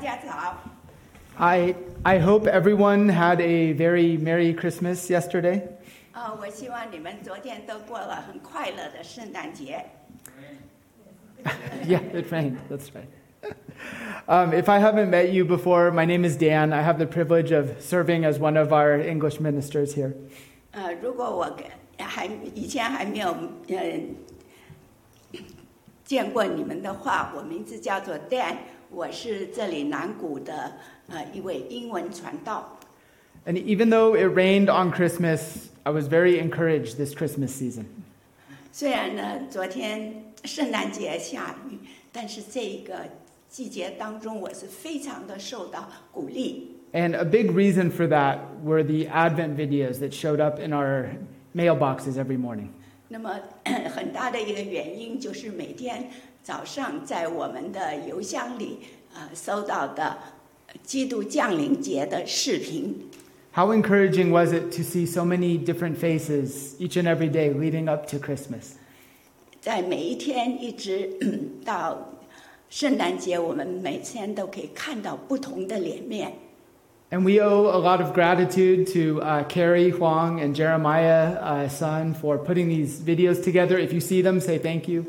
家早。 I, I hope everyone had a very Merry Christmas yesterday. 呃，我希望你们昨天都过了很快乐的圣诞节。 Yeah, it rained. That's right. Um, if I haven't met you before, my name is Dan. I have the privilege of serving as one of our English ministers here. 呃，如果我跟还以前还没有呃见过你们的话，我名字叫做 Dan，我是这里南谷的呃一位英文传道。 And even though it rained on Christmas, I was very encouraged this Christmas season. 虽然呢，昨天圣诞节下雨，但是这一个季节当中，我是非常的受到鼓励。 And a big reason for that were the Advent videos that showed up in our mailboxes every morning. 那么 很大的一个原因就是每天早上在我们的邮箱里呃收到的呃基督降临节的视频。 How encouraging was it to see so many different faces each and every day leading up to Christmas? 在每一天一直 到圣诞节，我们每天都可以看到不同的脸面。 And we owe a lot of gratitude to uh, Carrie Huang and Jeremiah uh, Sun for putting these videos together. If you see them, say thank you.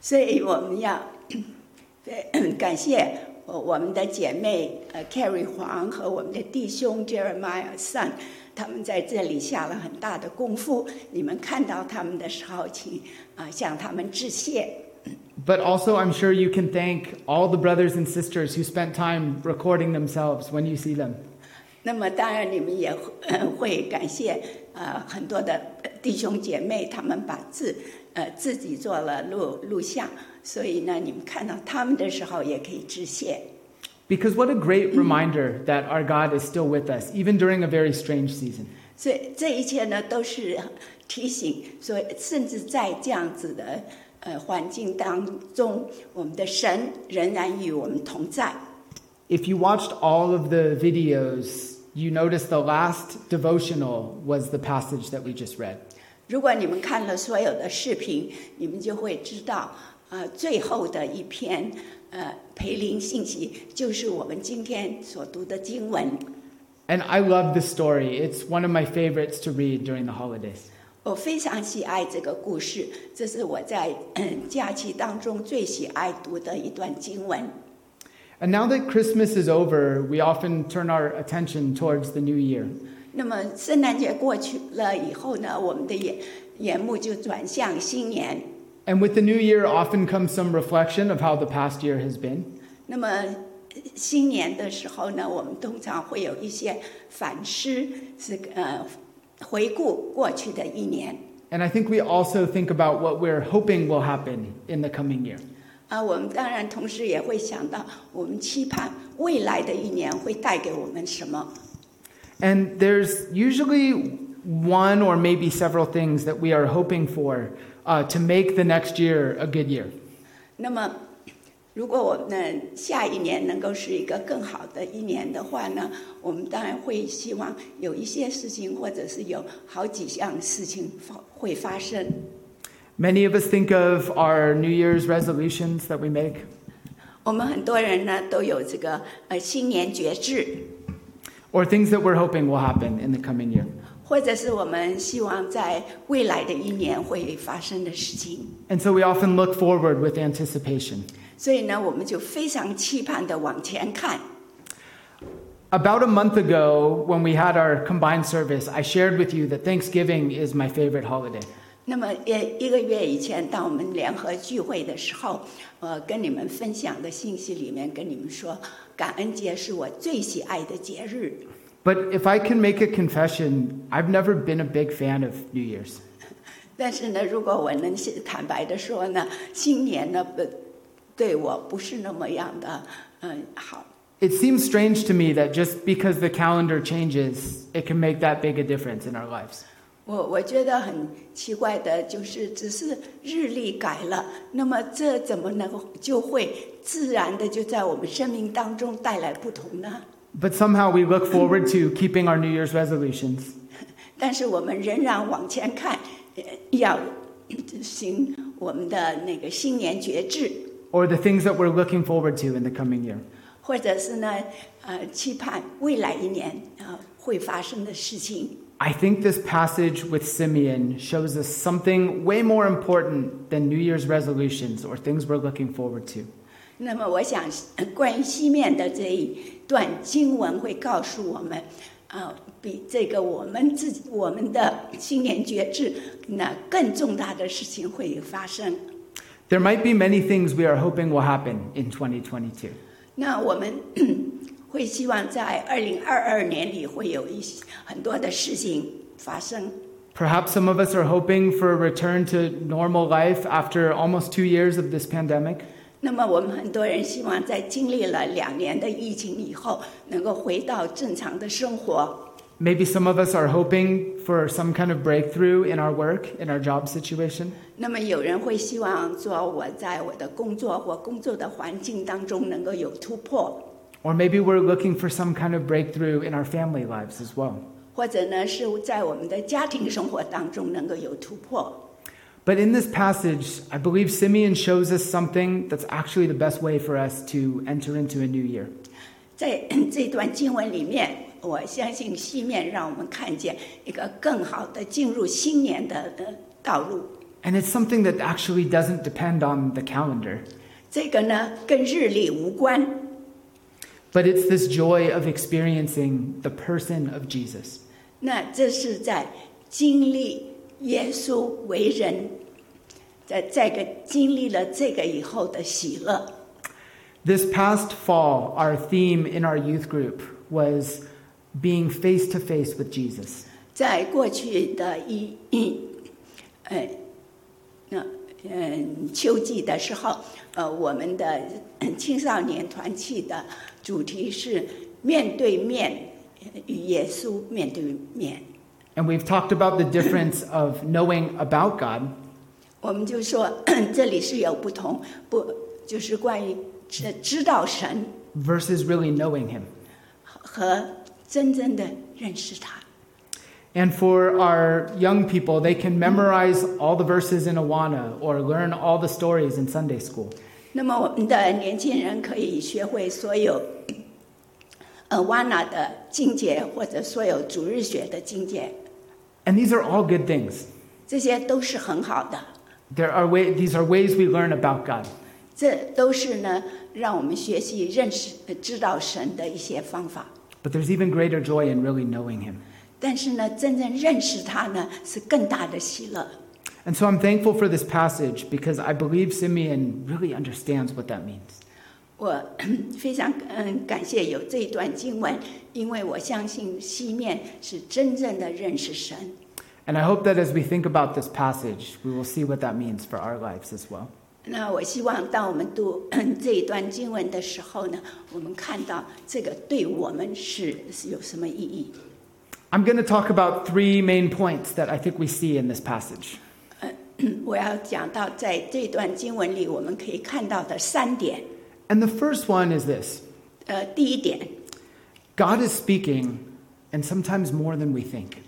所以我们要 对感谢我我们的姐妹呃 Carrie 黄和我们的弟兄 Jeremiah Sun，他们在这里下了很大的功夫。你们看到他们的时候，请啊、呃向他们致谢。 But also, I'm sure you can thank all the brothers and sisters who spent time recording themselves when you see them. 那么当然，你们也会会感谢呃很多的弟兄姐妹，他们把自呃自己做了录录像，所以呢，你们看到他们的时候也可以致谢。 Because what a great reminder that our God is still with us, even during a very strange season. 所以这一切呢，都是提醒，所以甚至在这样子的呃环境当中，我们的神仍然与我们同在。 If you watched all of the videos, you noticed the last devotional was the passage that we just read. 如果你们看了所有的视频，你们就会知道，呃，最后的一篇呃培灵信息就是我们今天所读的经文。 And I love this story. It's one of my favorites to read during the holidays. 我非常喜爱这个故事，这是我在嗯假期当中最喜爱读的一段经文。 And now that Christmas is over, we often turn our attention towards the new year. 那么圣诞节过去了以后呢，我们的眼眼目就转向新年。 And with the new year often comes some reflection of how the past year has been. 那么呃新年的时候呢，我们通常会有一些反思，是呃回顾过去的一年。 And I think we also think about what we're hoping will happen in the coming year. 啊，我们当然同时也会想到，我们期盼未来的一年会带给我们什么。 And there's usually one or maybe several things that we are hoping for uh, to make the next year a good year. 那么，如果我们下一年能够是一个更好的一年的话呢，我们当然会希望有一些事情，或者是有好几项事情发会发生。 Many of us think of our New Year's resolutions that we make. 我们很多人呢都有这个呃新年觉志， or things that we're hoping will happen in the coming year. 或者是我们希望在未来的一年会发生的事情。 And so we often look forward with anticipation. 所以呢，我们就非常期盼的往前看。 About a month ago, when we had our combined service, I shared with you that Thanksgiving is my favorite holiday. 那么，呃，一个月以前，当我们联合聚会的时候，我跟你们分享的信息里面跟你们说，感恩节是我最喜爱的节日。 But if I can make a confession, I've never been a big fan of New Year's. 但是呢，如果我能坦白的说呢，新年呢不对我不是那么样的，嗯，好。 It seems strange to me that just because the calendar changes, it can make that big a difference in our lives. 我我觉得很奇怪的，就是只是日历改了，那么这怎么能够就会自然的就在我们生命当中带来不同呢？ But somehow we look forward to keeping our New Year's resolutions. 但是我们仍然往前看，呃要行我们的那个新年觉志， or the things that we're looking forward to in the coming year. 或者是呢，呃，期盼未来一年啊、呃会发生的事情。 I think this passage with Simeon shows us something way more important than New Year's resolutions or things we're looking forward to. 那么，我想呃关于西面的这一段经文会告诉我们，啊、比这个我们自己我们的新年觉志，那更重大的事情会发生。 There might be many things we are hoping will happen in 2022. 那我们 会希望在二零二二年里会有一些很多的事情发生。 Perhaps some of us are hoping for a return to normal life after almost two years of this pandemic. 那么我们很多人希望在经历了两年的疫情以后，能够回到正常的生活。 Maybe some of us are hoping for some kind of breakthrough in our work, in our job situation. 那么有人会希望说，我在我的工作或工作的环境当中能够有突破， Or maybe we're looking for some kind of breakthrough in our family lives as well. 或者呢是在我们的家庭生活当中能够有突破。 But in this passage, I believe Simeon shows us something that's actually the best way for us to enter into a new year. 在 这段经文里面，我相信西面让我们看见一个更好的进入新年的呃道路。 And it's something that actually doesn't depend on the calendar, 这个呢跟日历无关， but it's this joy of experiencing the person of Jesus. 那这是在经历耶稣为人，在这个经历了这个以后的喜乐。 This past fall, our theme in our youth group was being face to face with Jesus. 在过去的一一，呃，那嗯秋季的时候，呃，我们的嗯青少年团契的主题是面对面呃与耶稣面对面。 And we've talked about the difference of knowing about God 我们就说 这里是有不同，不就是关于知知道神 versus really knowing Him. 和真正的认识他。 And for our young people, they can memorize all the verses in Awana or learn all the stories in Sunday school. 那么我们的年轻人可以学会所有呃瓦纳的境界，或者所有主日学的境界， And these are all good things. 这些都是很好的。 There are way, these are ways we learn about God. 这都是呢，让我们学习认识、呃知道神的一些方法。 But there's even greater joy in really knowing Him. 但是呢，真正认识他呢，是更大的喜乐。 And so I'm thankful for this passage because I believe Simeon really understands what that means. 我 非常嗯感谢有这一段经文，因为我相信西面是真正的认识神。 And I hope that as we think about this passage, we will see what that means for our lives as well. 那我希望当我们读 这一段经文的时候呢，我们看到这个对我们是是有什么意义。 I'm going to talk about three main points that I think we see in this passage. 嗯我要讲到在这段经文里我们可以看到的三点。 And the first one is this 呃，第一点， God is speaking, and sometimes more than we think.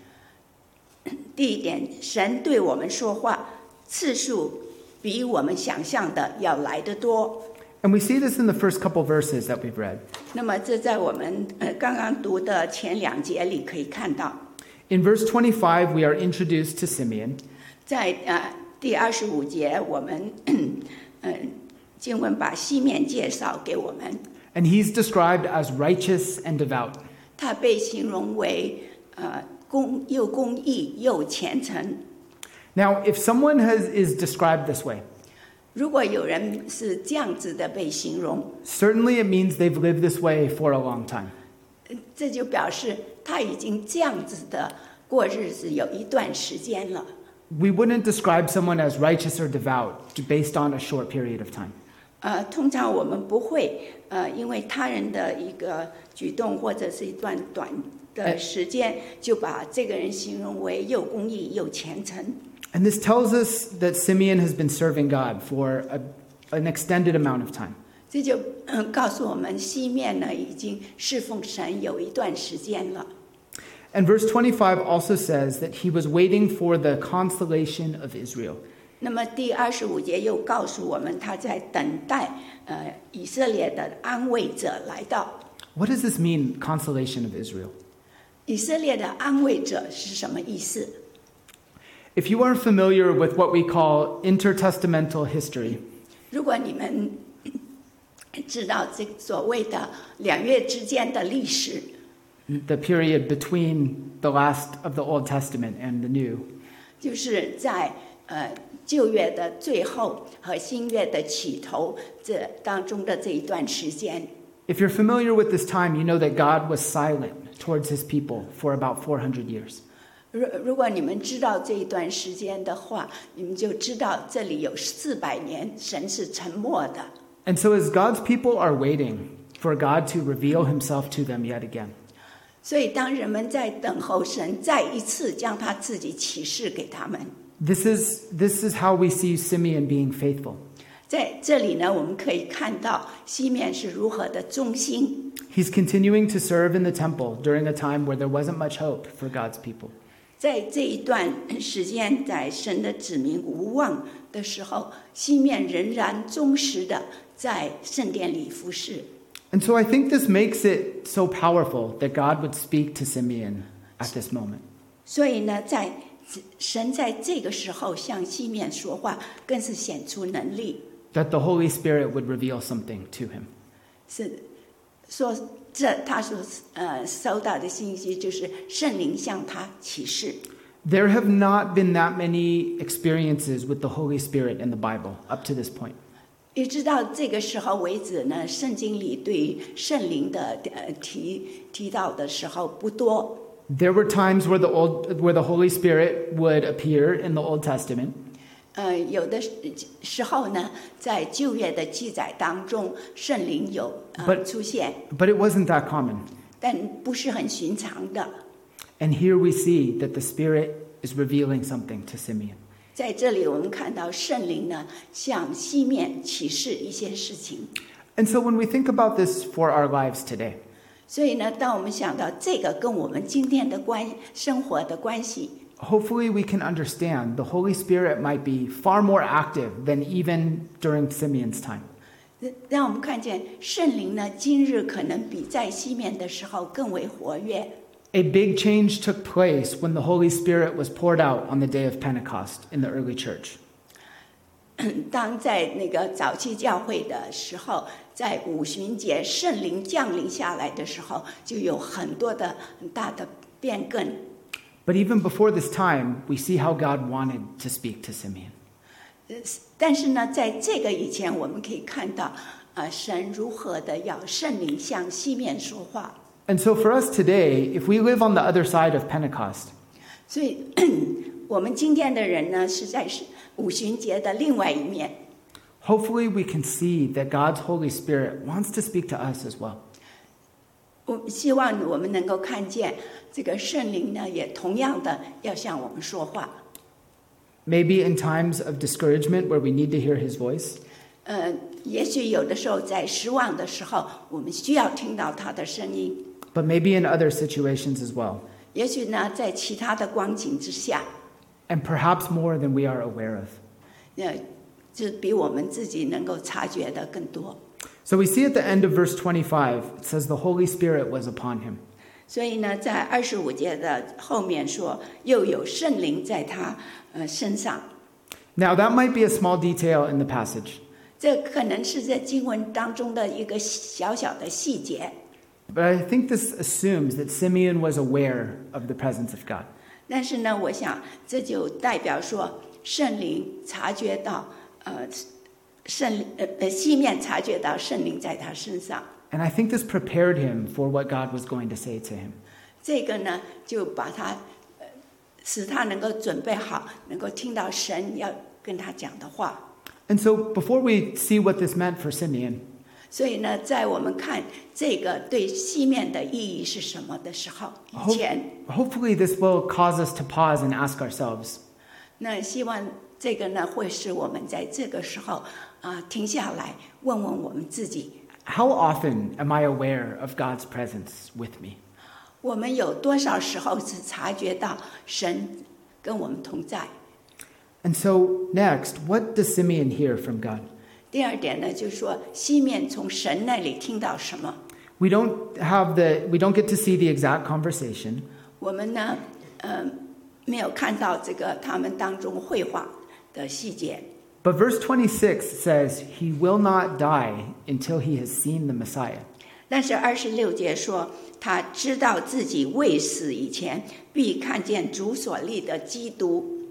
第一点，神对我们说话次数比我们想象的要来得多。 And we see this in the first couple verses that we've read. 那么这在我们呃刚刚读的前两节里可以看到， In verse 25, we are introduced to Simeon, 在呃第二十五节，我们 嗯、经文把西面介绍给我们， and he's described as righteous and devout. 他被形容为呃公又公义又虔诚。 Now, if someone has, is described this way, 如果有人是这样子的被形容， certainly it means they've lived this way for a long time. 呃这就表示他已经这样子的过日子有一段时间了。 We wouldn't describe someone as righteous or devout based on a short period of time. 呃，通常我们不会呃，因为他人的一个举动或者是一段短哎的时间，就把这个人形容为又公益又虔诚。 And this tells us that Simeon has been serving God for a, an extended amount of time. 这就、嗯告诉我们，西面呢已经侍奉神有一段时间了。 And verse 25 also says that he was waiting for the consolation of Israel. 那么第二十五节又告诉我们，他在等待呃以色列的安慰者来到。 What does this mean, consolation of Israel? 以色列的安慰者是什么意思？ If you are familiar with what we call intertestamental history, 如果你们知道这所谓的两月之间的历史， the period between the last of the Old Testament and the New, 就是在呃旧约的最后和新约的起头这当中的这一段时间。 if you're familiar with this time, you know that God was silent towards his people for about 400 years. 如如果你们知道这一段时间的话，你们就知道这里有四百年神是沉默的。 And so, as God's people are waiting for God to reveal himself to them yet again, 所以，当人们在等候神再一次将他自己启示给他们， this is, this is how we see Simeon being faithful. 在这里呢，我们可以看到西面是如何的忠心。 He's continuing to serve in the temple during a time where there wasn't much hope for God's people. 在这一段时间，在神的子民无望的时候，西面仍然忠实的在圣殿里服侍。 And so I think this makes it so powerful that God would speak to Simeon at this moment. 所以呢，在神在这个时候向西面说话，更是显出能力， that the Holy Spirit would reveal something to him. 是说这他所呃收到的信息就是圣灵向他启示。 There have not been that many experiences with the Holy Spirit in the Bible up to this point. 一直到这个时候为止呢，圣经里对圣灵的呃提提到的时候不多。 There were times where the old where the Holy Spirit would appear in the Old Testament, 呃，有的时时候呢，在旧约的记载当中，圣灵有呃 But- 出现， but it wasn't that common. 但不是很寻常的。 And here we see that the Spirit is revealing something to Simeon. 在这里，我们看到圣灵呢向西面启示一些事情。 And so when we think about this for our lives today, 所以呢，当我们想到这个跟我们今天的关生活的关系， hopefully we can understand the Holy Spirit might be far more active than even during Simeon's time. 让我们看见圣灵呢，今日可能比在西面的时候更为活跃。 A big change took place when the Holy Spirit was poured out on the day of Pentecost in the early church. 当在那个早期教会的时候，在五旬节圣灵降临下来的时候，就有很多的很大的变更。 But even before this time, we see how God wanted to speak to Simeon. 呃但是呢，在这个以前，我们可以看到，呃，神如何的要圣灵向西面说话。 And so for us today, if we live on the other side of Pentecost, 所以，嗯我们今天的人呢，实在是五旬节的另外一面。 hopefully we can see that God's Holy Spirit wants to speak to us as well. 我希望我们能够看见这个圣灵呢，也同样的要向我们说话。 Maybe in times of discouragement where we need to hear his voice, 呃，也许有的时候在失望的时候，我们需要听到他的声音； but maybe in other situations as well, 也许呢，在其他的光景之下， and perhaps more than we are aware of. 呃，这比我们自己能够察觉的更多。 So we see at the end of verse 25, it says, The Holy Spirit was upon him. 所以呢，在二十五节的后面说，又有圣灵在他呃身上， Now, that might be a small detail in the passage, 这可能是在经文当中的一个小小的细节。 but I think this assumes that Simeon was aware of the presence of God. 但是呢，我想这就代表说圣灵察觉到，呃，圣呃呃西面察觉到圣灵在他身上， And I think this prepared him for what God was going to say to him. 这个呢就把他，呃使他能够准备好，能够听到神要跟他讲的话。 And so, before we see what this meant for Simeon, 所以呢，在我们看这个对西面的意义是什么的时候，以 hope- 前 hopefully, this will cause us to pause and ask ourselves 那希望这个呢会使我们在这个时候啊、停下来，问问我们自己， how often am I aware of God's presence with me? 我们有多少时候是察觉到神跟我们同在？ And so, next, what does Simeon hear from God? 第二点呢，就是说西面从神那里听到什么？ We don't have the we don't get to see the exact conversation, 我们呢，呃，没有看到这个他们当中绘画的细节。 but verse 26 says he will not die until he has seen the Messiah. 但是二十六节说，他知道自己未死以前，必看见主所立的基督。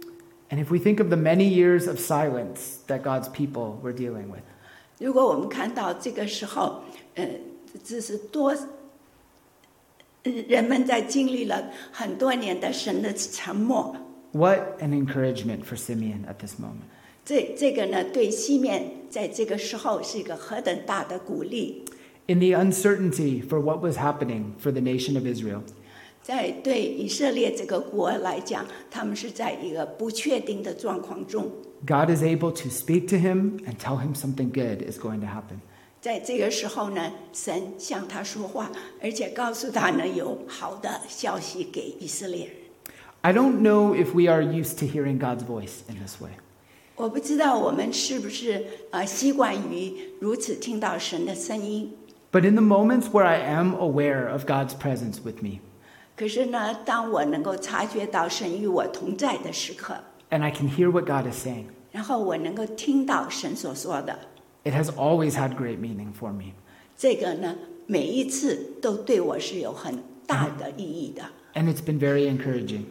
And if we think of the many years of silence that God's people were dealing with, 如果我们看到这个时候，呃，这是多呃人们在经历了很多年的神的沉默， what an encouragement for Simeon at this moment. 这这个呢，对西面在这个时候是一个何等大的鼓励， In the uncertainty for what was happening for the nation of Israel, 在对以色列这个国来讲，他们是在一个不确定的状况中， God is able to speak to him and tell him something good is going to happen. 在这个时候呢，神向他说话，而且告诉他呢有好的消息给以色列人。 I don't know if we are used to hearing God's voice in this way. 我不知道我们是不是呃习惯于如此听到神的声音， But in the moments where I am aware of God's presence with me, 可是呢，当我能够察觉到神与我同在的时刻， and I can hear what God is saying, 然后我能够听到神所说的， it has always had great meaning for me. 这个呢，每一次都对我是有很大的意义的。 And it's been very encouraging.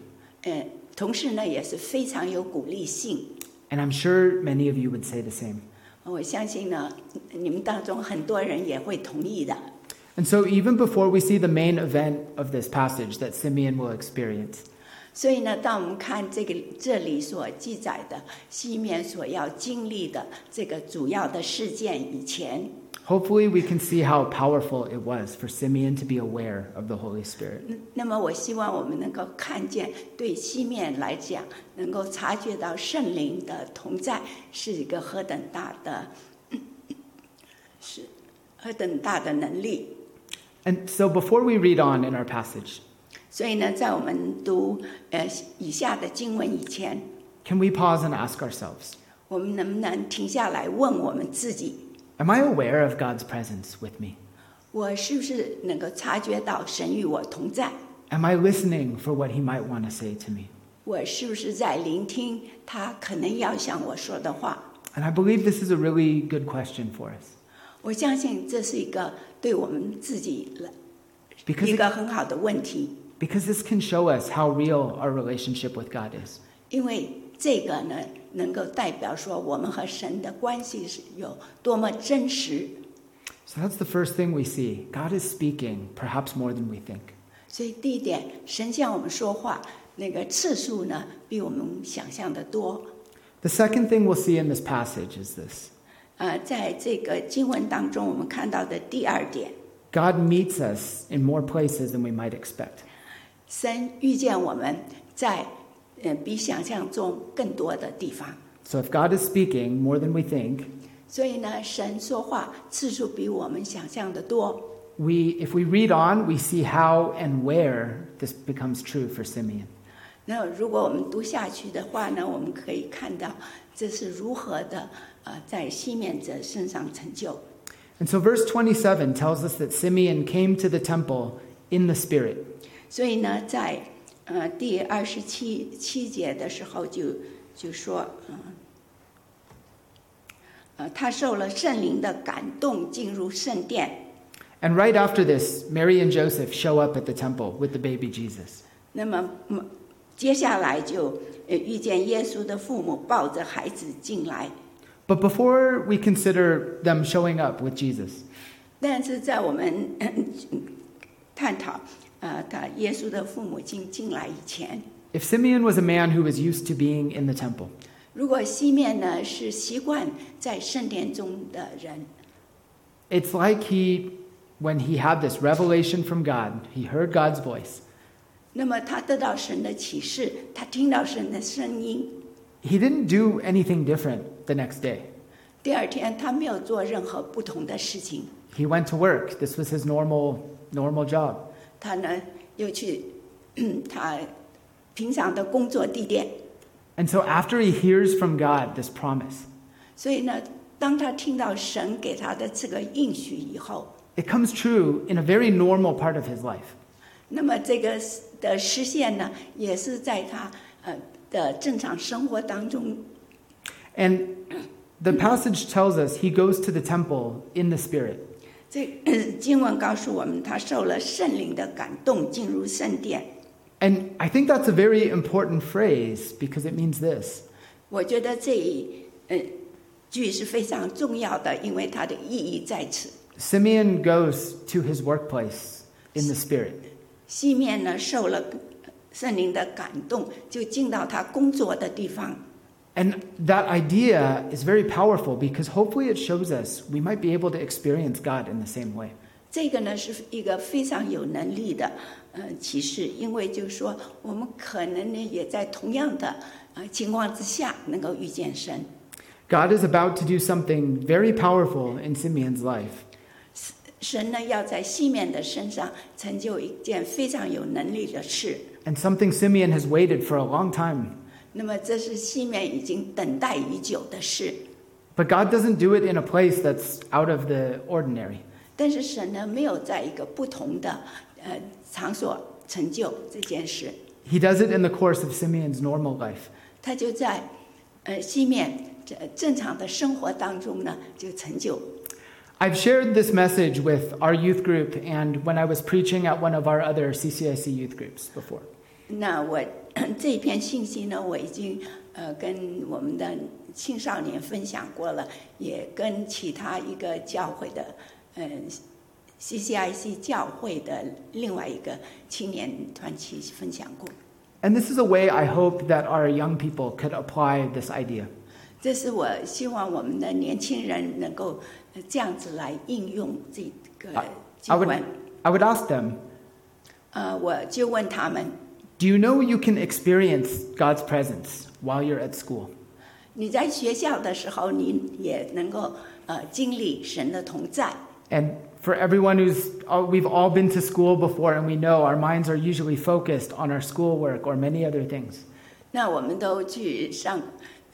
嗯，同时呢，也是非常有鼓励性。 And I'm sure many of you would say the same. 我相信呢，你们当中很多人也会同意的。 And so, even before we see the main event of this passage that Simeon will experience, 所以呢，当我们看这个这里所记载的西面所要经历的这个主要的事件以前， hopefully we can see how powerful it was for Simeon to be aware of the Holy Spirit. 嗯那么我希望我们能够看见，对西面来讲，能够察觉到圣灵的同在是一个何等大的， 是何等大的能力。 And so, before we read on in our passage, 所以呢，在我们读呃以下的经文以前， can we pause and ask ourselves, 我们能不能停下来问我们自己： Am I aware of God's presence with me? 我是不是能够察觉到神与我同在？ Am I listening for what He might want to say to me? 我是不是在聆听他可能要向我说的话？ And I believe this is a really good question for us 我相信这是一个对我们自己来 because 一 it, 个很好的问题， because this can show us how real our relationship with God is. 因为这个呢，能够代表说我们和神的关系是有多么真实。 So that's the first thing we see. God is speaking, perhaps more than we think. 所以第一点，神向我们说话那个次数呢，比我们想象的多。 The second thing we'll see in this passage is this 呃，在这个经文当中，我们看到的第二点， God meets us in more places than we might expect. 神遇见我们在呃比想象中更多的地方。 So if God is speaking more than we think, 所以呢，神说话次数比我们想象的多。 we, if we read on, we see how and where this becomes true for Simeon. 那如果我们读下去的话呢，我们可以看到这是如何的呃，在西面者身上成就。 And so verse 27 tells us that Simeon came to the temple in the Spirit. 所以呢，在呃第二十七七节的时候就就说，嗯、呃，他受了圣灵的感动，进入圣殿。 And right after this, Mary and Joseph show up at the temple with the baby Jesus. 那么，嗯，接下来就呃遇见耶稣的父母抱着孩子进来， But before we consider them showing up with Jesus, 但是在我们呃探讨呃他耶稣的父母亲进来以前， if Simeon was a man who was used to being in the temple, 如果西面呢是习惯在圣殿中的人， it's like he, when he had this revelation from God, he heard God's voice. 那么他得到神的启示，他听到神的声音。 He didn't do anything different the next day. 第二天，他没有做任何不同的事情， He went to work. This was his normal, normal job. 嗯他呢又去他平常的工作地点。 And so after he hears from God this promise, 所以呢，当他听到神给他的这个应许以后， it comes true in a very normal part of his life. 那么这个的实现呢，也是在他呃的正常生活当中。 And the passage tells us he goes to the temple in the spirit. 这经文告诉我们，他受了圣灵的感动，进入圣殿。 And I think that's a very important phrase because it means this 我觉得这一呃句是非常重要的，因为它的意义在此。 Simeon goes to his workplace in the spirit. 西面呢受了圣灵的感动，就进到他工作的地方。 And that idea is very powerful because hopefully it shows us we might be able to experience God in the same way. 这个呢是一个非常有能力的呃启示，因为就是说我们可能呢也在同样的呃情况之下能够遇见神。 God is about to do something very powerful in Simeon's life. 神呢要在西面的身上成就一件非常有能力的事， And something Simeon has waited for a long time. 那么这是西面已经等待已久的事。 But God doesn't do it in a place that's out of the ordinary. 但是神呢，没有在一个不同的呃场所成就这件事， He does it in the course of Simeon's normal life. 他就在呃西面这正常的生活当中呢，就成就。 I've shared this message with our youth group and when I was preaching at one of our other CCIC youth groups before. 那我 这一篇信息呢，我已经呃跟我们的青少年分享过了，也跟其他一个教会的嗯、CCIC 教会的另外一个青年团体分享过。 And this is a way I hope that our young people could apply this idea. 这是我希望我们的年轻人能够呃这样子来应用这个 I- 经 I 文 would,。I would ask them, 呃，我就问他们： do you know you can experience God's presence while you're at school? 你在学校的时候，你也能够呃经历神的同在。 And for everyone who's, oh, we've all been to school before and we know our minds are usually focused on our schoolwork or many other things. 那我们都去上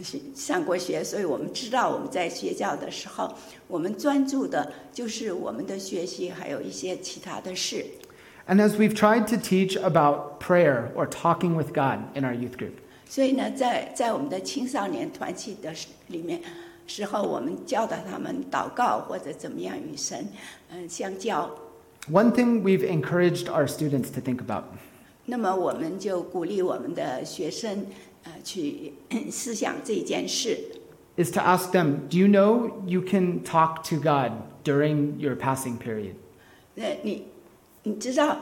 学上过学，所以我们知道我们在学校的时候，我们专注的就是我们的学习，还有一些其他的事。 And as we've tried to teach about prayer or talking with God in our youth group, 所以呢，在在我们的青少年团契的时里面时候，我们教导他们祷告或者怎么样与神嗯、呃相交。 one thing we've encouraged our students to think about 那么我们就鼓励我们的学生呃去思想这件事。 is to ask them, do you know you can talk to God during your passing period? 那你你知道，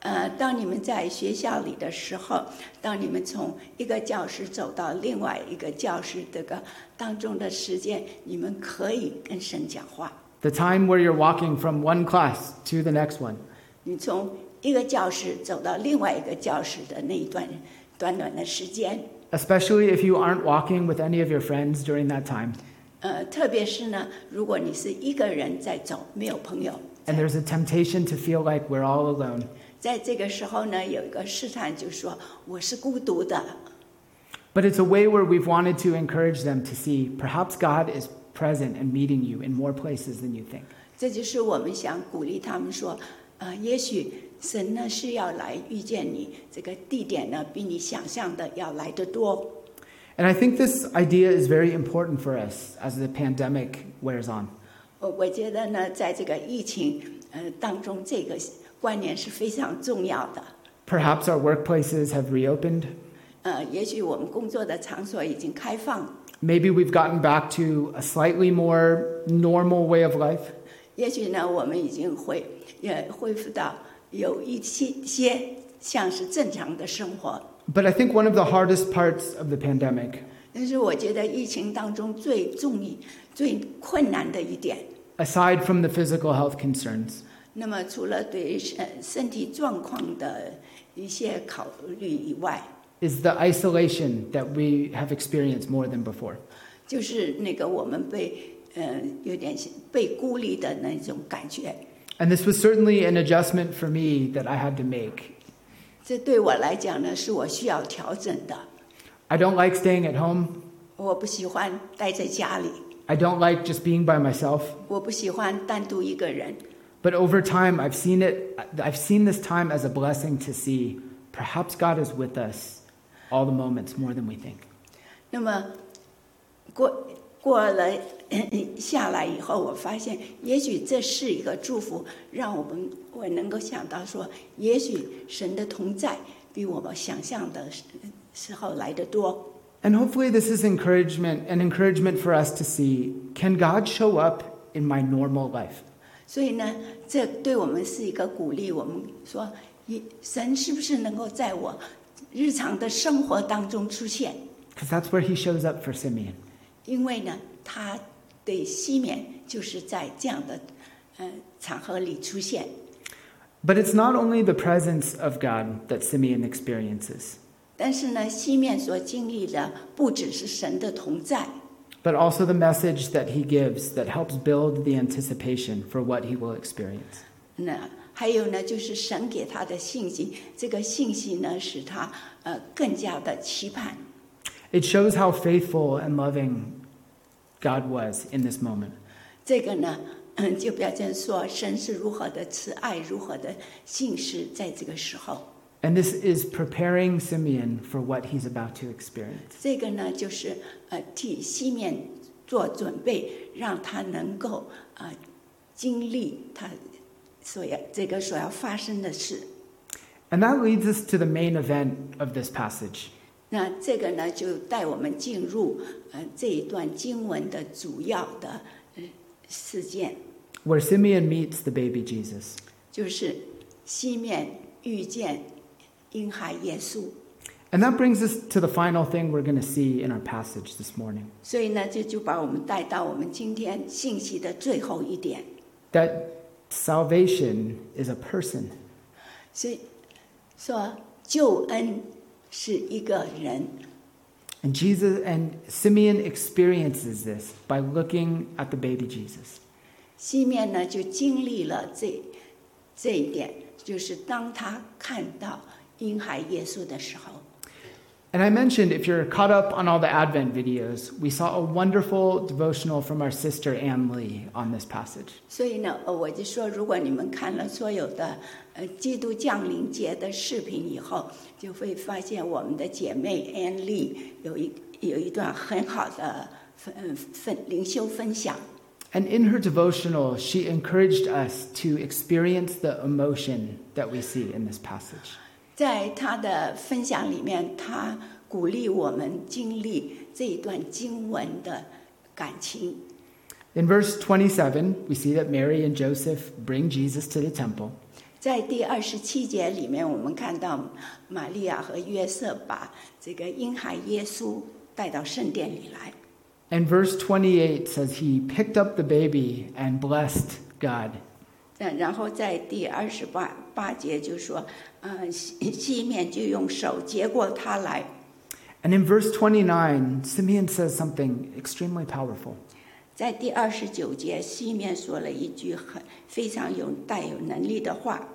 呃，当你们在学校里的时候，当你们从一个教室走到另外一个教室这个当中的时间，你们可以跟神讲话。 The time where you're walking from one class to the next one. 你从一个教室走到另外一个教室的那一段短短的时间， Especially if you aren't walking with any of your friends during that time, 呃，特别是呢，如果你是一个人在走，没有朋友， and there's a temptation to feel like we're all alone. 在这个时候呢，有一个试探，就说我是孤独的。 But it's a way where we've wanted to encourage them to see perhaps God is present and meeting you in more places than you think. 这就是我们想鼓励他们说，呃，也许神呢是要来遇见你，这个地点呢比你想象的要来得多。 And I think this idea is very important for us as the pandemic wears on. 我呃我觉得呢，在这个疫情呃当中，这个观念是非常重要的。 Perhaps our workplaces have reopened. 呃，也许我们工作的场所已经开放， Maybe we've gotten back to a slightly more normal way of life. 也许呢，我们已经会也恢复到有一些些像是正常的生活。 But I think one of the hardest parts of the pandemic, 但是我觉得疫情当中最重一、最困难的一点， aside from the physical health concerns, 那么除了对身身体状况的一些考虑以外， is the isolation that we have experienced more than before. 就是那个我们被呃有点被孤立的那种感觉。 And this was certainly an adjustment for me that I had to make. 这对我来讲呢，是我需要调整的。 I don't like staying at home. 我不喜欢待在家里， I don't like just being by myself. 我不喜欢单独一个人。 But over time, I've seen it. I've seen this time as a blessing to see perhaps God is with us all the moments more than we think. 那么过过了下来以后，我发现也许这是一个祝福，让我们我能够想到说，也许神的同在比我们想象的时时候来得多。 And hopefully, this is encouragement an encouragement for us to see can God show up in my normal life? 所以呢，这对我们是一个鼓励。我们说，一神是不是能够在我日常的生活当中出现？ Because that's where he shows up for Simeon. 因为呢，他对西缅就是在这样的呃场合里出现。 But it's not only the presence of God that Simeon experiences, 但是呢，西面所经历的不只是神的同在， but also the message that he gives that helps build the anticipation for what he will experience. 那还有呢，就是神给他的信息。这个信息呢，使他呃更加的期盼。 It shows how faithful and loving God was in this moment. 这个呢， 嗯就表现说神是如何的慈爱，如何的信实，在这个时候。 And this is preparing Simeon for what he's about to experience. 这个呢，就是呃替西面做准备，让他能够呃经历他所要这个所要发生的事。 And that leads us to the main event of this passage. 那这个呢，就带我们进入呃这一段经文的主要的呃事件， where Simeon meets the baby Jesus. 就是西面遇见婴孩耶稣。 And that brings us to the final thing we're going to see in our passage this morning 所以呢，这就把我们带到我们今天信息的最后一点。 that salvation is a person. 所以说，救恩是一个人， And Jesus and Simeon experiences this by looking at the baby Jesus. 西面呢就经历了这这一点，就是当他看到婴孩耶稣的时候。 And I mentioned if you're caught up on all the Advent videos, we saw a wonderful devotional from our sister Anne Lee on this passage. 所以呢，呃，我就说，如果你们看了所有的呃基督降临节的视频以后，就会发现我们的姐妹安利有一有一段很好的分呃分灵修分享。 And in her devotional, she encouraged us to experience the emotion that we see in this passage. 在她的分享里面，她鼓励我们经历这一段经文的感情。 In verse 27, we see that Mary and Joseph bring Jesus to the temple. 在第二十七节里面，我们看到玛利亚和约瑟把这个婴孩耶稣带到圣殿里来。 And verse 28 says he picked up the baby and blessed God. 那然后在第二十八八节就说，呃，西西面就用手接过他来。 And in verse 29, Simeon says something extremely powerful. 在第二十九节，西面说了一句很非常有带有能力的话，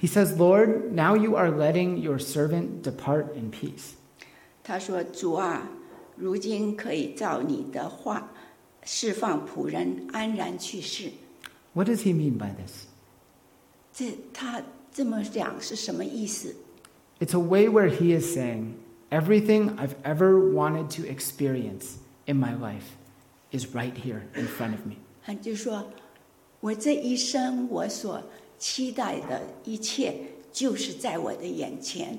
He says, Lord, now you are letting your servant depart in peace. 他说：“主啊，如今可以照你的话，释放仆人安然去世。 What does he mean by this? ”这他这么讲是什么意思？ It's a way where he is saying, everything I've ever wanted to experience in my life is right here in front of me. 他就说：“我这一生我所期待的一切，就是在我的眼前。”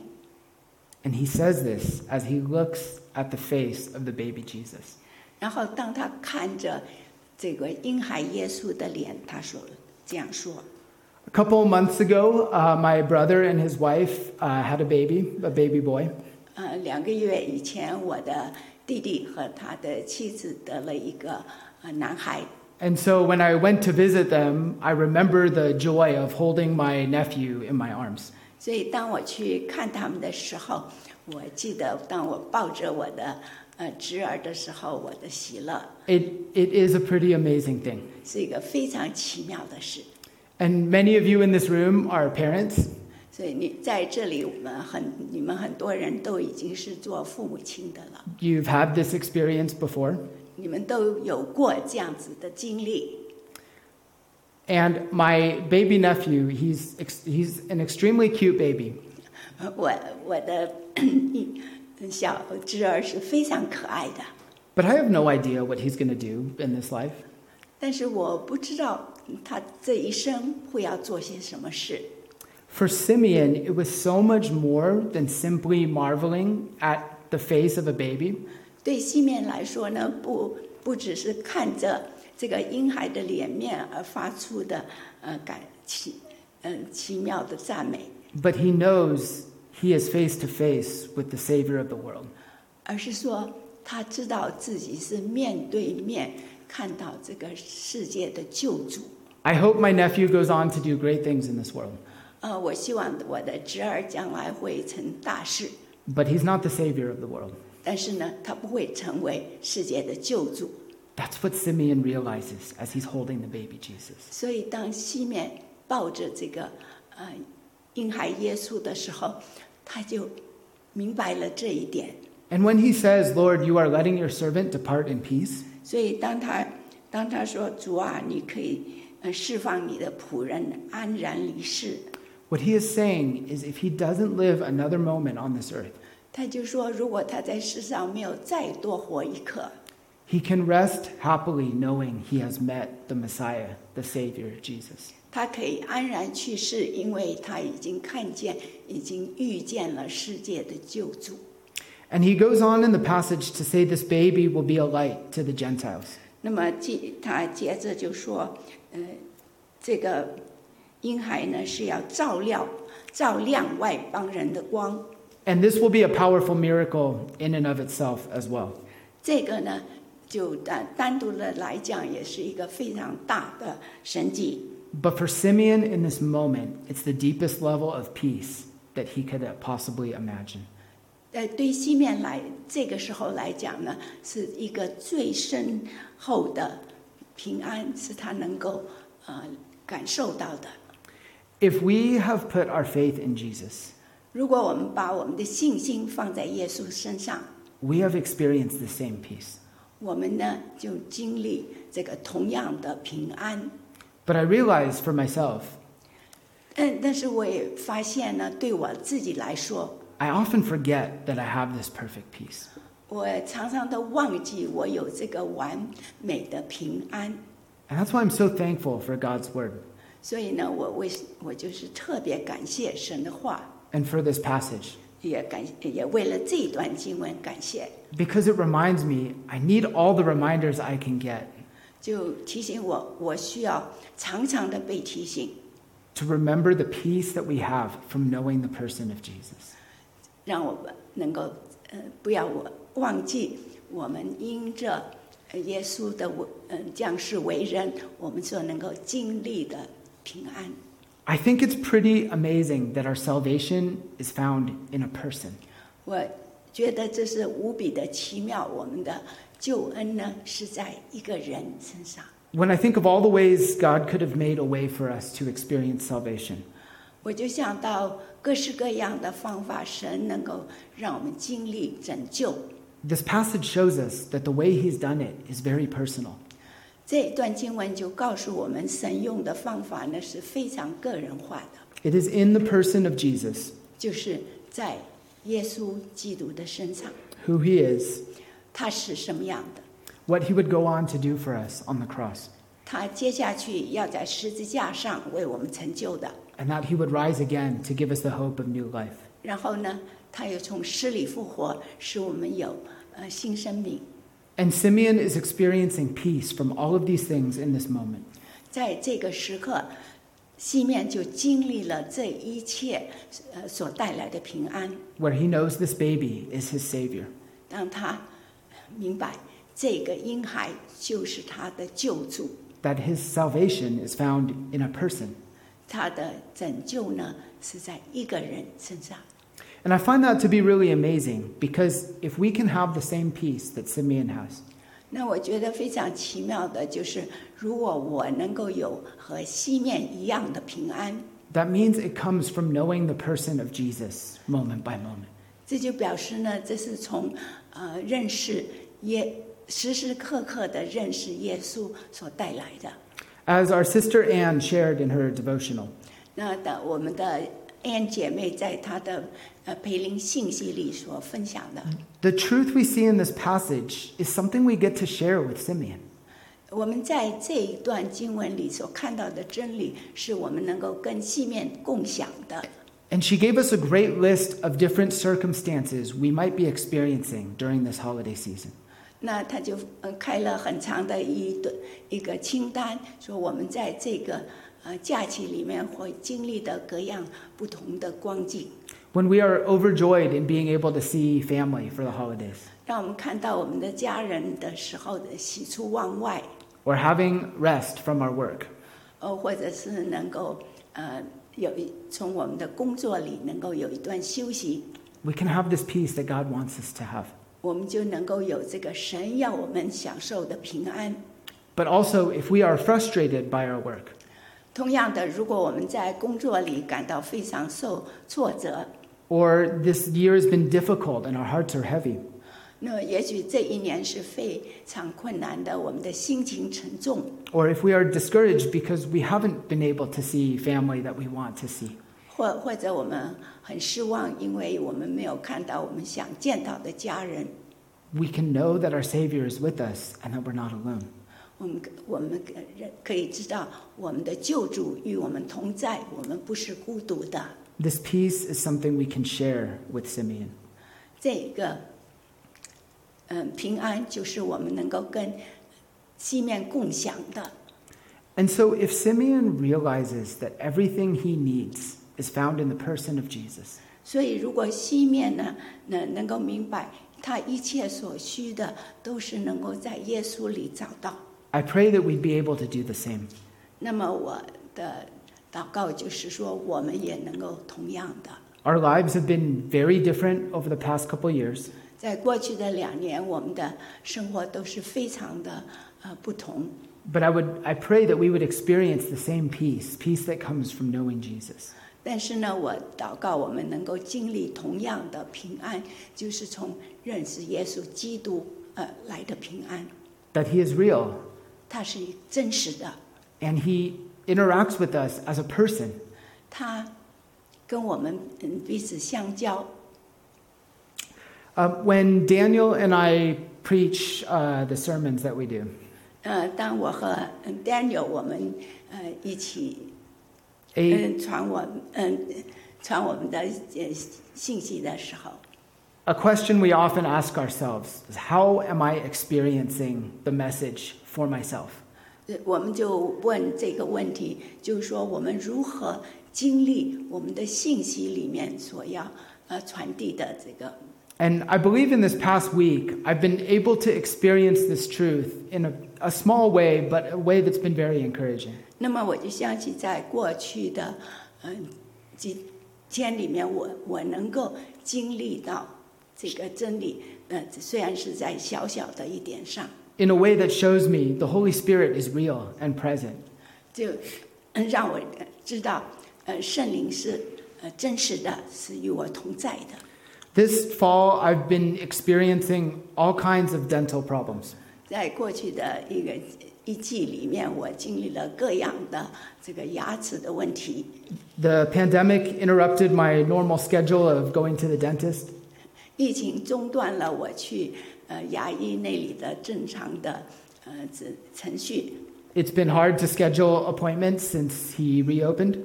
And he says this as he looks at the face of the baby Jesus. 然后当他看着这个婴孩耶稣的脸，他说这样说。 A couple months ago, uh, my brother and his wife uh, had a baby, a baby boy. 呃，两个月以前，我的弟弟和他的妻子得了一个呃男孩。 And so when I went to visit them, I remember the joy of holding my nephew in my arms. 所以当我去看他们的时候，我记得当我抱着我的呃侄儿的时候，我的喜乐 It, it is a pretty amazing thing. 是一个非常奇妙的事。 And many of you in this room are parents. 所以你在这里，我们很你们很多人都已经是做父母亲的了， You've had this experience before. 你们都有过这样子的经历。 And my baby nephew, he's, ex- he's an extremely cute baby. 我我的 小侄儿是非常可爱的， But I have no idea what he's going to do in this life. 但是我不知道他这一生会要做些什么事。 For Simeon, it was so much more than simply marveling at the face of a baby. 对西面来说呢，不不只是看着这个婴孩的脸面而发出的呃感奇嗯、奇妙的赞美， But he knows he is face to face with the Savior of the world. 而是说他知道自己是面对面看到这个世界的救主。 I hope my nephew goes on to do great things in this world, 呃，我希望我的侄儿将来会成大事， but he's not the Savior of the world. 但是呢，他不会成为世界的救主。 That's what Simeon realizes as he's holding the baby Jesus. 所以，当西面抱着这个呃婴孩耶稣的时候，他就明白了这一点。 And when he says, Lord, you are letting your servant depart in peace, 所以，当他当他说：“主啊，你可以呃释放你的仆人安然离世。 what he is saying is if he doesn't live another moment on this earth, ”他就说：“如果他在世上没有再多活一刻， He can rest happily knowing he has met the Messiah, the Savior, Jesus. 他可以安然去世，因为他已经看见，已经遇见了世界的救主。 And he goes on in the passage to say this baby will be a light to the Gentiles. ”那么接他接着就说：“呃，这个婴孩呢是要照亮照亮外邦人的光。” And this will be a powerful miracle in and of itself as well. 这个呢，就单单独的来讲，也是一个非常大的神迹。 But for Simeon in this moment, it's the deepest level of peace that he could possibly imagine. 呃，对西面来这个时候来讲呢，是一个最深厚的平安，是他能够呃感受到的。 If we have put our faith in Jesus, 如果我们把我们的信心放在耶稣身上， we have experienced the same peace. 我们呢就经历这个同样的平安。 But I realize for myself, 嗯，但是我也发现呢，对我自己来说， I often forget that I have this perfect peace. 我常常都忘记我有这个完美的平安， And that's why I'm so thankful for God's word 所以呢，我为我就是特别感谢神的话， and for this passage 也感也为了这一段经文感谢， because it reminds me I need all the reminders I can get 就提醒我，我需要常常的被提醒， to remember the peace that we have from knowing the person of Jesus. 让我们能够呃不要我忘记我们因着呃耶稣的为嗯降世为人，我们所能够经历的平安。 I think it's pretty amazing that our salvation is found in a person. 我觉得这是无比的奇妙。我们的救恩呢，是在一个人身上。 When I think of all the ways God could have made a way for us to experience salvation, 我就想到各式各样的方法，神能够让我们经历拯救。 this passage shows us that the way He's done it is very personal. 这一段经文就告诉我们，神用的方法呢是非常个人化的， It is in the person of Jesus, 就是在耶稣基督的身上， who He is, 他是什么样的， what He would go on to do for us on the cross. 他接下去要在十字架上为我们成就的。 and that he would rise again to give us the hope of new life. 然后呢，他又从死里复活，使我们有呃新生命。 And Simeon is experiencing peace from all of these things in this moment. 在这个时刻，西面就经历了这一切呃所带来的平安， Where he knows this baby is his savior, 让他明白这个婴孩就是他的救主， that his salvation is found in a person. 他的拯救呢是在一个人身上。 And I find that to be really amazing because if we can have the same peace that Simeon has, 那我觉得非常奇妙的就是，如果我能够有和西面一样的平安， That means it comes from knowing the person of Jesus moment by moment. 这就表示呢，这是从呃认识耶时时刻刻的认识耶稣所带来的。 As our sister Anne shared in her devotional, 那的我们的 Ann 姐妹在她的呃培灵信息里所分享的， the truth we see in this passage is something we get to share with Simeon. 我们在这一段经文里所看到的真理，是我们能够跟西面共享的。 And she gave us a great list of different circumstances we might be experiencing during this holiday season. 那他就呃开了很长的一段一个清单，说我们在这个呃假期里面会经历的各样不同的光景， When we are overjoyed in being able to see family for the holidays, 让我们看到我们的家人的时候的喜出望外， or having rest from our work, 呃，或者是能够呃有一从我们的工作里能够有一段休息， we can have this peace that God wants us to have. 我们就能够有这个神要我们享受的平安。 But also, if we are frustrated by our work, 同样的，如果我们在工作里感到非常受挫折， or this year has been difficult and our hearts are heavy, 那也许这一年是非常困难的，我们的心情沉重， or if we are discouraged because we haven't been able to see family that we want to see, 或或者我们很失望，因为我们没有看到我们想见到的家人。 we can know that our Savior is with us and that we're not alone. 我们我们可可以知道，我们的救主与我们同在，我们不是孤独的。 This peace is something we can share with Simeon. 这个，嗯，平安就是我们能够跟西面共享的。 And so, if Simeon realizes that everything he needs is found in the person of Jesus, 所以，如果西面呢，能能够明白他一切所需的，都是能够在耶稣里找到。 I pray that we'd be able to do the same. 那么，我的祷告就是说，我们也能够同样的， Our lives have been very different over the past couple years, 在过去的两年，我们的生活都是非常的呃不同。 but I would I pray that we would experience the same peace, peace that comes from knowing Jesus. 但是呢，我祷告我们能够经历同样的平安，就是从认识耶稣基督呃来的平安， That he is real 它是真实的， and he interacts with us as a person. 它跟我们嗯彼此相交。 Uh, when Daniel and I preach uh, the sermons that we do, 呃，当我和嗯 Daniel 我们呃一起 a, 嗯传我嗯传我们的呃信息的时候， a question we often ask ourselves is how am I experiencing the message for myself? 呃我们就问这个问题，就是说我们如何经历我们的信息里面所要呃传递的这个。 And I believe in this past week, I've been able to experience this truth in a, a small way, but a way that's been very encouraging. 那么我就相信，在过去的嗯几天里面我，我能够经历到这个真理，呃，虽然是在小小的一点上。 in a way that shows me the Holy Spirit is real and present. 就嗯让我呃知道，呃，圣灵是呃真实的，是与我同在的。 This fall, I've been experiencing all kinds of dental problems. 在过去的一个一季里面，我经历了各样的这个牙齿的问题。 The pandemic interrupted my normal schedule of going to the dentist, 疫情中断了我去呃牙医那里的正常的呃这程序。 it's been hard to schedule appointments since he reopened.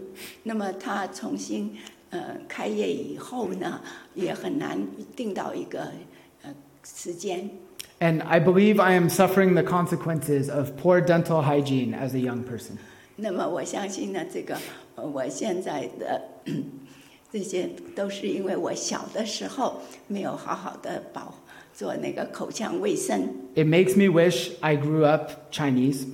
那么他重新呃开业以后呢，也很难定到一个呃时间。 And I believe I am suffering the consequences of poor dental hygiene as a young person. 那么我相信呢，这个呃我现在的 这些都是因为我小的时候没有好好的保做那个口腔卫生， It makes me wish I grew up Chinese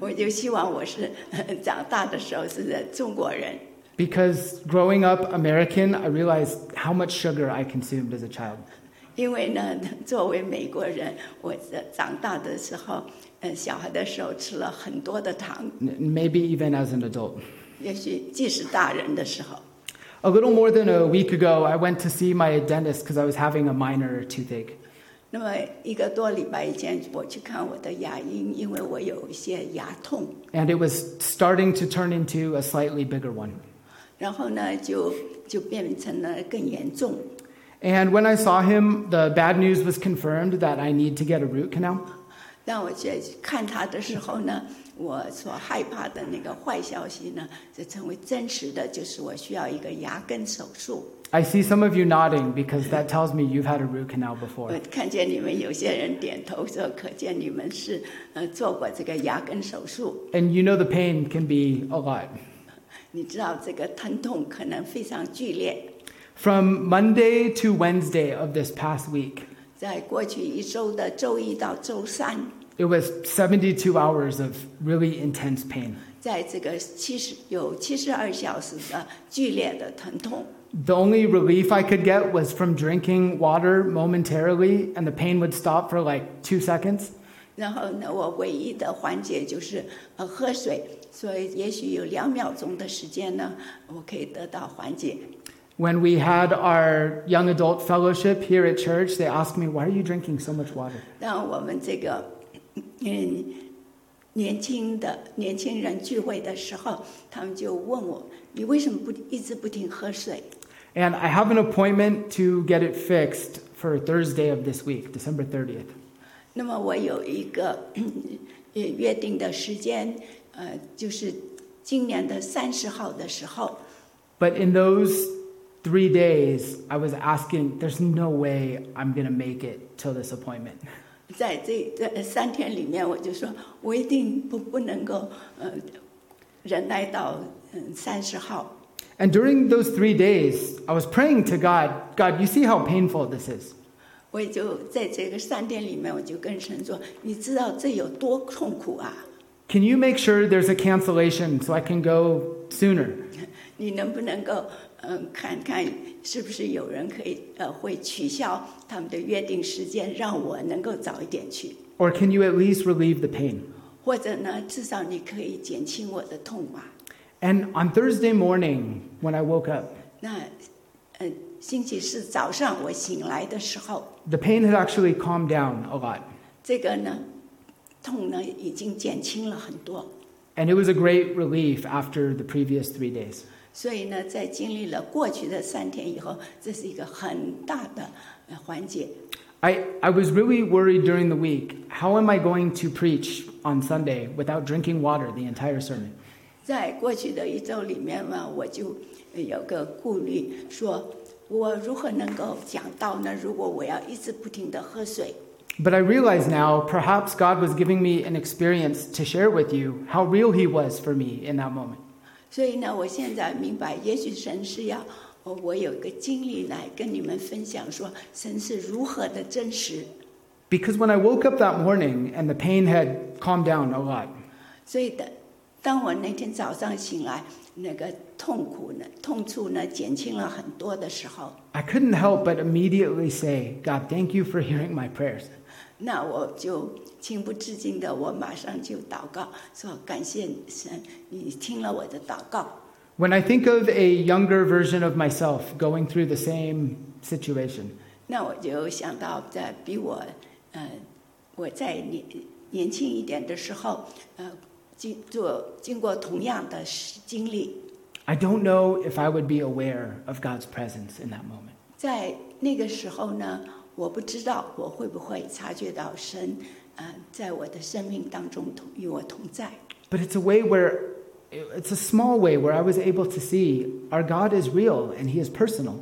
我就希望我是呃长大的时候是中国人。 because growing up American, I realized how much sugar I consumed as a child. 因为呢， 作为美国人，我长大的时候，呃，小孩的时候吃了很多的糖， N- maybe even as an adult. 也许既是大人的时候， A little more than a week ago, I went to see my dentist because I was having a minor toothache. 那么一个多礼拜以前我去看我的牙医，因为我有一些牙痛， And it was starting to turn into a slightly bigger one. 然后呢就就变成了更严重。 And when I saw him, the bad news was confirmed that I need to get a root canal. 让我去看他的时候呢，我所害怕的那个坏消息呢，就成为真实的，就是我需要一个牙根手术。 I see some of you nodding because that tells me you've had a root canal 我 before. 看见你们有些人点头说，可见你们是呃做过这个牙根手术。 And you know the pain can be a lot. 你知道这个疼痛可能非常剧烈， From Monday to Wednesday of this past week, 在过去一周的周一到周三， it was 72 hours of really intense pain. 在这个七十有七十二小时的剧烈的疼痛。 The only relief I could get was from drinking water momentarily, and the pain would stop for like two seconds. 然后呢，我唯一的缓解就是呃喝水，所以也许有两秒钟的时间呢，我可以得到缓解。 When we had our young adult fellowship here at church, they asked me, Why are you drinking so much water? 让我们这个嗯年轻的年轻人聚会的时候，他们就问我：“你为什么不一直不停喝水 And I have an appointment to get it fixed for Thursday of this week, December 30th.？” 那么我有一个嗯也约定的时间，呃，就是今年的三十号的时候。 But in those three days, I was asking, There's no way I'm going to make it till this appointment. 在这这三天里面，我就说我一定不不能够呃忍耐到嗯三十号。 And during those three days, I was praying to God, God, you see how painful this is. 我也就在这个三天里面，我就跟神说：“你知道这有多痛苦啊！ Can you make sure there's a cancellation so I can go sooner? 你能不能够嗯、看看是不是有人可以呃会取消他们的约定时间，让我能够早一点去， Or can you at least relieve the pain? 或者呢至少你可以减轻我的痛啊吧。 And on Thursday morning, when I woke up, 那呃星期四早上我醒来的时候， the pain had actually calmed down a lot. 这个呢，痛呢已经减轻了很多， And it was a great relief after the previous three days. 所以呢，在经历了过去的三天以后，这是一个很大的呃缓解。 I, I was really worried during the week how am I going to preach on Sunday without drinking water the entire sermon? 在过去的一周里面嘛，我就呃有个顾虑，说我如何能够讲到呢？如果我要一直不停的喝水， But I realize now perhaps God was giving me an experience to share with you how real He was for me in that moment. 所以呢，我现在明白，也许神是要呃我有一个经历来跟你们分享，说神是如何的真实。 Because when I woke up that morning and the pain had calmed down a lot, 所以的，当我那天早上醒来，那个痛苦呢、痛处呢减轻了很多的时候， I couldn't help but immediately say, God, thank you for hearing my prayers. 那我就情不自禁的，我马上就祷告说：“感谢神，你听了我的祷告。 When I think of a younger version of myself going through the same situation, ”那我就想到，在比我，呃，我在年呃年轻一点的时候，呃，经做经过同样的事经历， I don't know if I would be aware of God's presence in that moment. 在那个时候呢，我不知道我会不会察觉到神，呃，在我的生命当中同与我同在。 But it's a way where, it's a small way where I was able to see our God is real and He is personal.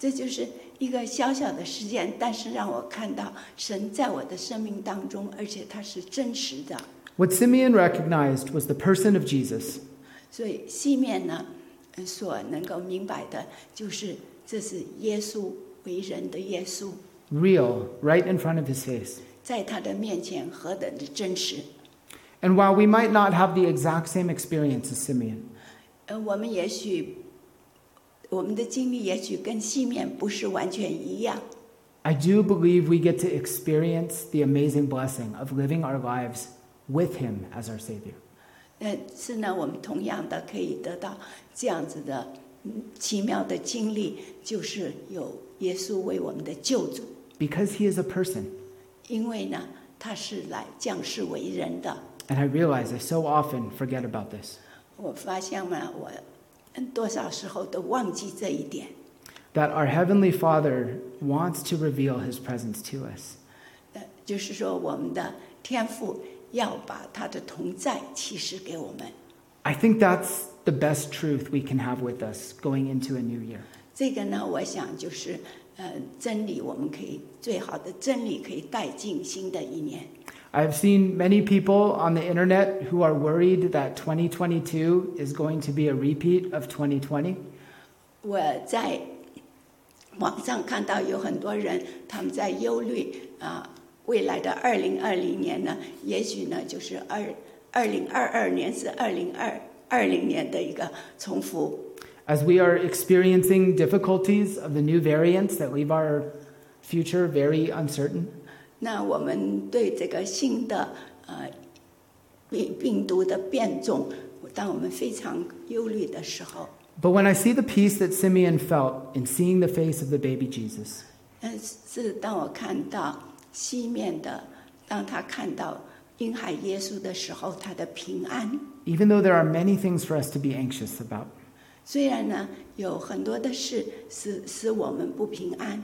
这就是一个小小的事件，但是让我看到神在我的生命当中，而且它是真实的。 What Simeon recognized was the person of Jesus 所以西面呢，呃所能够明白的就是，这是耶稣为人的耶稣， real right in front of his face. 在他的面前何等的真实。 And while we might not have the exact same experience as Simeon, 呃，我们也许，我们的经历也许跟西面不是完全一样， I do believe we get to experience the amazing blessing of living our lives with him as our Savior. 呃，是呢，我们同样的可以得到这样子的嗯奇妙的经历，就是有耶稣为我们的救主， because he is a person. 因为呢，他是来降世为人的。 And I realize I so often forget about this 我发现呢，我嗯多少时候都忘记这一点。 that our Heavenly Father wants to reveal his presence to us. 呃，就是说我们的天赋要把他的同在启示给我们， I think that's the best truth we can have with us going into a new year. 这个呢，我想就是呃真理，我们可以最好的真理可以带进新的一年。 I've seen many people on the internet who are worried that 2022 is going to be a repeat of 2020. 我在网上看到有很多人他们在忧虑啊，未来的二零二零年呢，也许呢就是二二零二二年是二零二二零年的一个重复。 As we are experiencing difficulties of the new variants that leave our future very uncertain, 那我们对这个新的呃病病毒的变种，当我们非常忧虑的时候， but when I see the peace that Simeon felt in seeing the face of the baby Jesus, 但是当我看到西面的，当他看到婴孩耶稣的时候，他的平安。 even though there are many things for us to be anxious about, 虽然呢有很多的事使使我们不平安，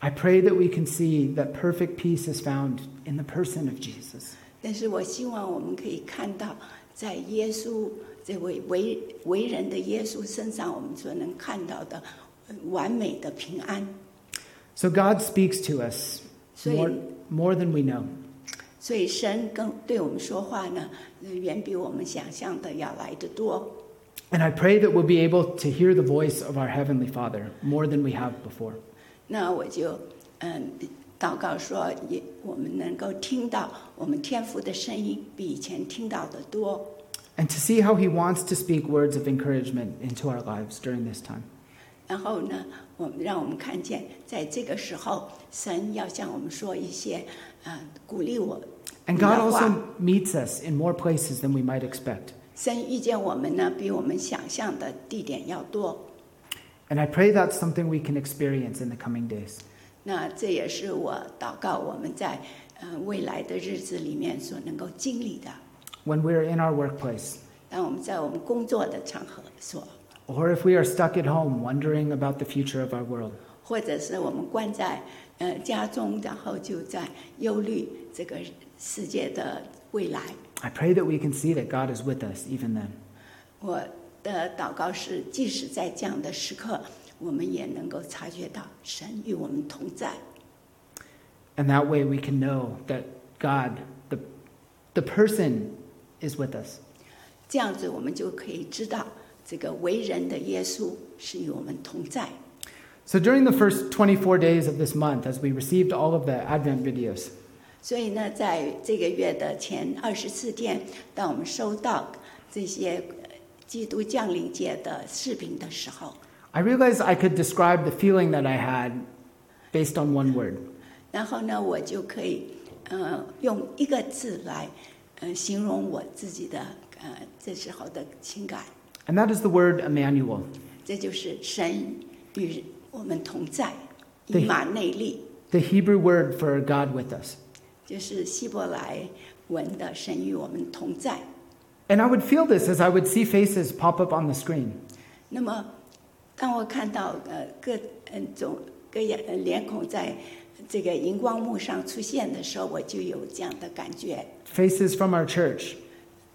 I pray that we can see that perfect peace is found in the person of Jesus. 但是我希望我们可以看到，在耶稣这位为为人的耶稣身上，我们所能看到的呃完美的平安。 So God speaks to us So more, in- more than we know. 所以神跟对我们说话呢，呃远比我们想象的要来得多。 And I pray that we'll be able to hear the voice of our Heavenly Father more than we have before. 那我就嗯祷告说，也我们能够听到我们天父的声音，比以前听到的多。 And to see how He wants to speak words of encouragement into our lives during this time. 然后呢，我们让我们看见，在这个时候，神要向我们说一些，呃，鼓励我 And God 的话。 also meets us in more places than we might expect. 神遇见我们呢，比我们想象的地点要多。 And I pray that's something we can experience in the coming days. 那这也是我祷告我们在呃未来的日子里面所能够经历的。 When we're in our workplace, 当我们在我们工作的场合所， or if we are stuck at home wondering about the future of our world, 或者是我们关在呃家中，然后就在忧虑这个世界的未来。 I pray that we can see that God is with us even then. 我的祷告是，即使在这样的时刻，我们也能够察觉到神与我们同在。 And that way we can know that God, the, the person, is with us. 这样子，我们就可以知道这个为人的耶稣是与我们同在。 So during the first 24 days of this month, as we received all of the Advent videos, 所以呢，在这个月的前二十四天，当我们收到这些呃基督降临节的视频的时候， I realized I could describe the feeling that I had based on one word. 然后呢，我就可以，呃，用一个字来，呃，形容我自己的，呃，这时候的情感， And that is the word Emmanuel. 这就是神与我们同在，对以马内利， The Hebrew word for God with us. 就是希伯来文的神与我们同在。 And I would feel this as I would see faces pop up on the screen. 那么，当我看到呃各嗯种各眼呃脸孔在这个荧光幕上出现的时候，我就有这样的感觉， Faces from our church,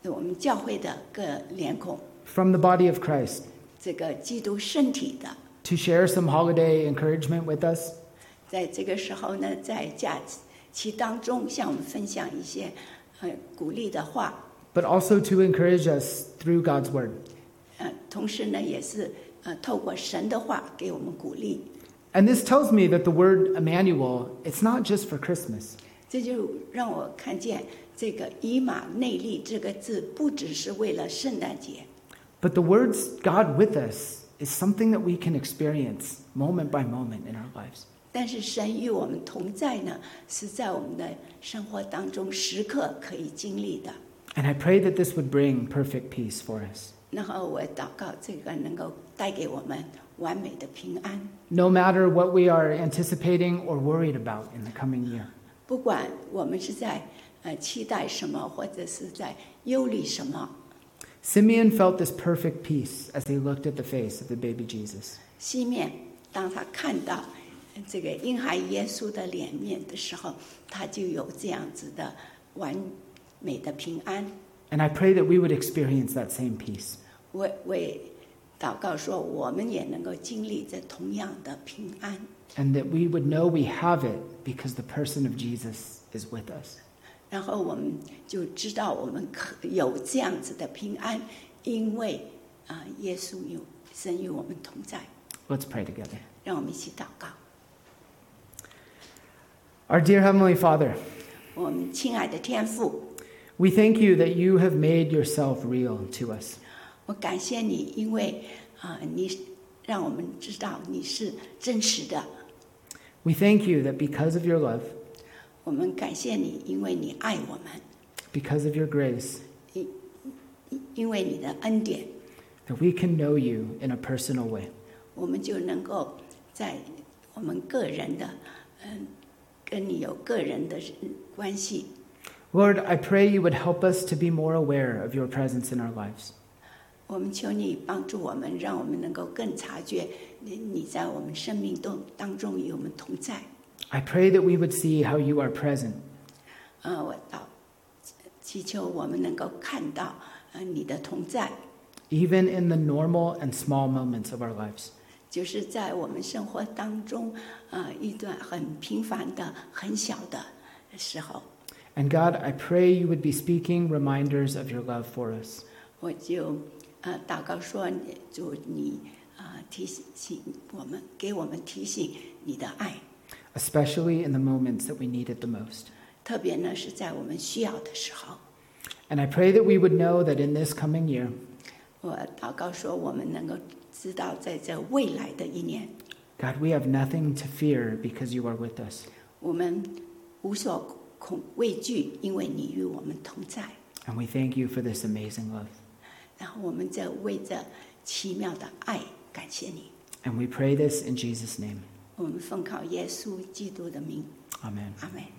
我们教会的各脸孔， from the body of Christ, 这个基督身体的。 to share some holiday encouragement with us, 在这个时候呢，在假期当中向我们分享一些呃鼓励的话， but also to encourage us through God's word. 呃，同时呢也是呃透过神的话给我们鼓励。 And this tells me that the word Emmanuel, it's not just for Christmas. 这就让我看见这个“以马内利”这个字不只是为了圣诞节， But the words God with us is something that we can experience moment by moment in our lives. 但是神与我们同在呢，是在我们的生活当中时刻可以经历的。 And I pray that this would bring perfect peace for us. 然后我祷告这个能够带给我们完美的平安， No matter what we are anticipating or worried about in the coming year, 不管我们是在呃期待什么，或者是在忧虑什么。 Simeon felt this perfect peace as he looked at the face of the baby Jesus. 西面当他看到呃这个婴孩耶稣的脸面的时候，他就有这样子的完美的平安。 And I pray that we would experience that same peace. 我我也祷告说，我们也能够经历这同样的平安， and that we would know we have it because the person of Jesus is with us. 然后我们就知道我们可有这样子的平安，因为啊、耶稣有神与我们同在。 Let's pray together. 让我们一起祷告， Our dear Heavenly Father, 我们亲爱的天父， we thank you that you have made yourself real to us. 我感谢你，因为啊、你让我们知道你是真实的。 We thank you that because of your love, 我们感谢你，因为你爱我们， because of your grace, 因因为你的恩典， that we can know you in a personal way. 我们就能够在我们个人的，嗯，跟你有个人的嗯关系。 Lord, I pray you would help us to be more aware of your presence in our lives. 我们求你帮助我们，让我们能够更察觉你你在我们生命中当中与我们同在。 I pray that we would see how you are present, 呃，我祷祈求我们能够看到呃你的同在， even in the normal and small moments of our lives. 就是在我们生活当中呃一段很平凡的、很小的时候， And God, I pray you would be speaking reminders of your love for us. 我就呃祷告说，你主你呃提醒我们，给我们提醒你的爱， especially in the moments that we need it the most. 特别呢是在我们需要的时候。 And I pray that we would know that in this coming year, 我祷告说，我们能够知道，在这未来的一年， God, we have nothing to fear because you are with us. 我们无所恐畏惧，因为你与我们同在。 And we thank you for this amazing love. 然后我们再为这奇妙的爱感谢你。 And we pray this in Jesus' name. 我们奉靠耶稣基督的名， Amen. 阿门。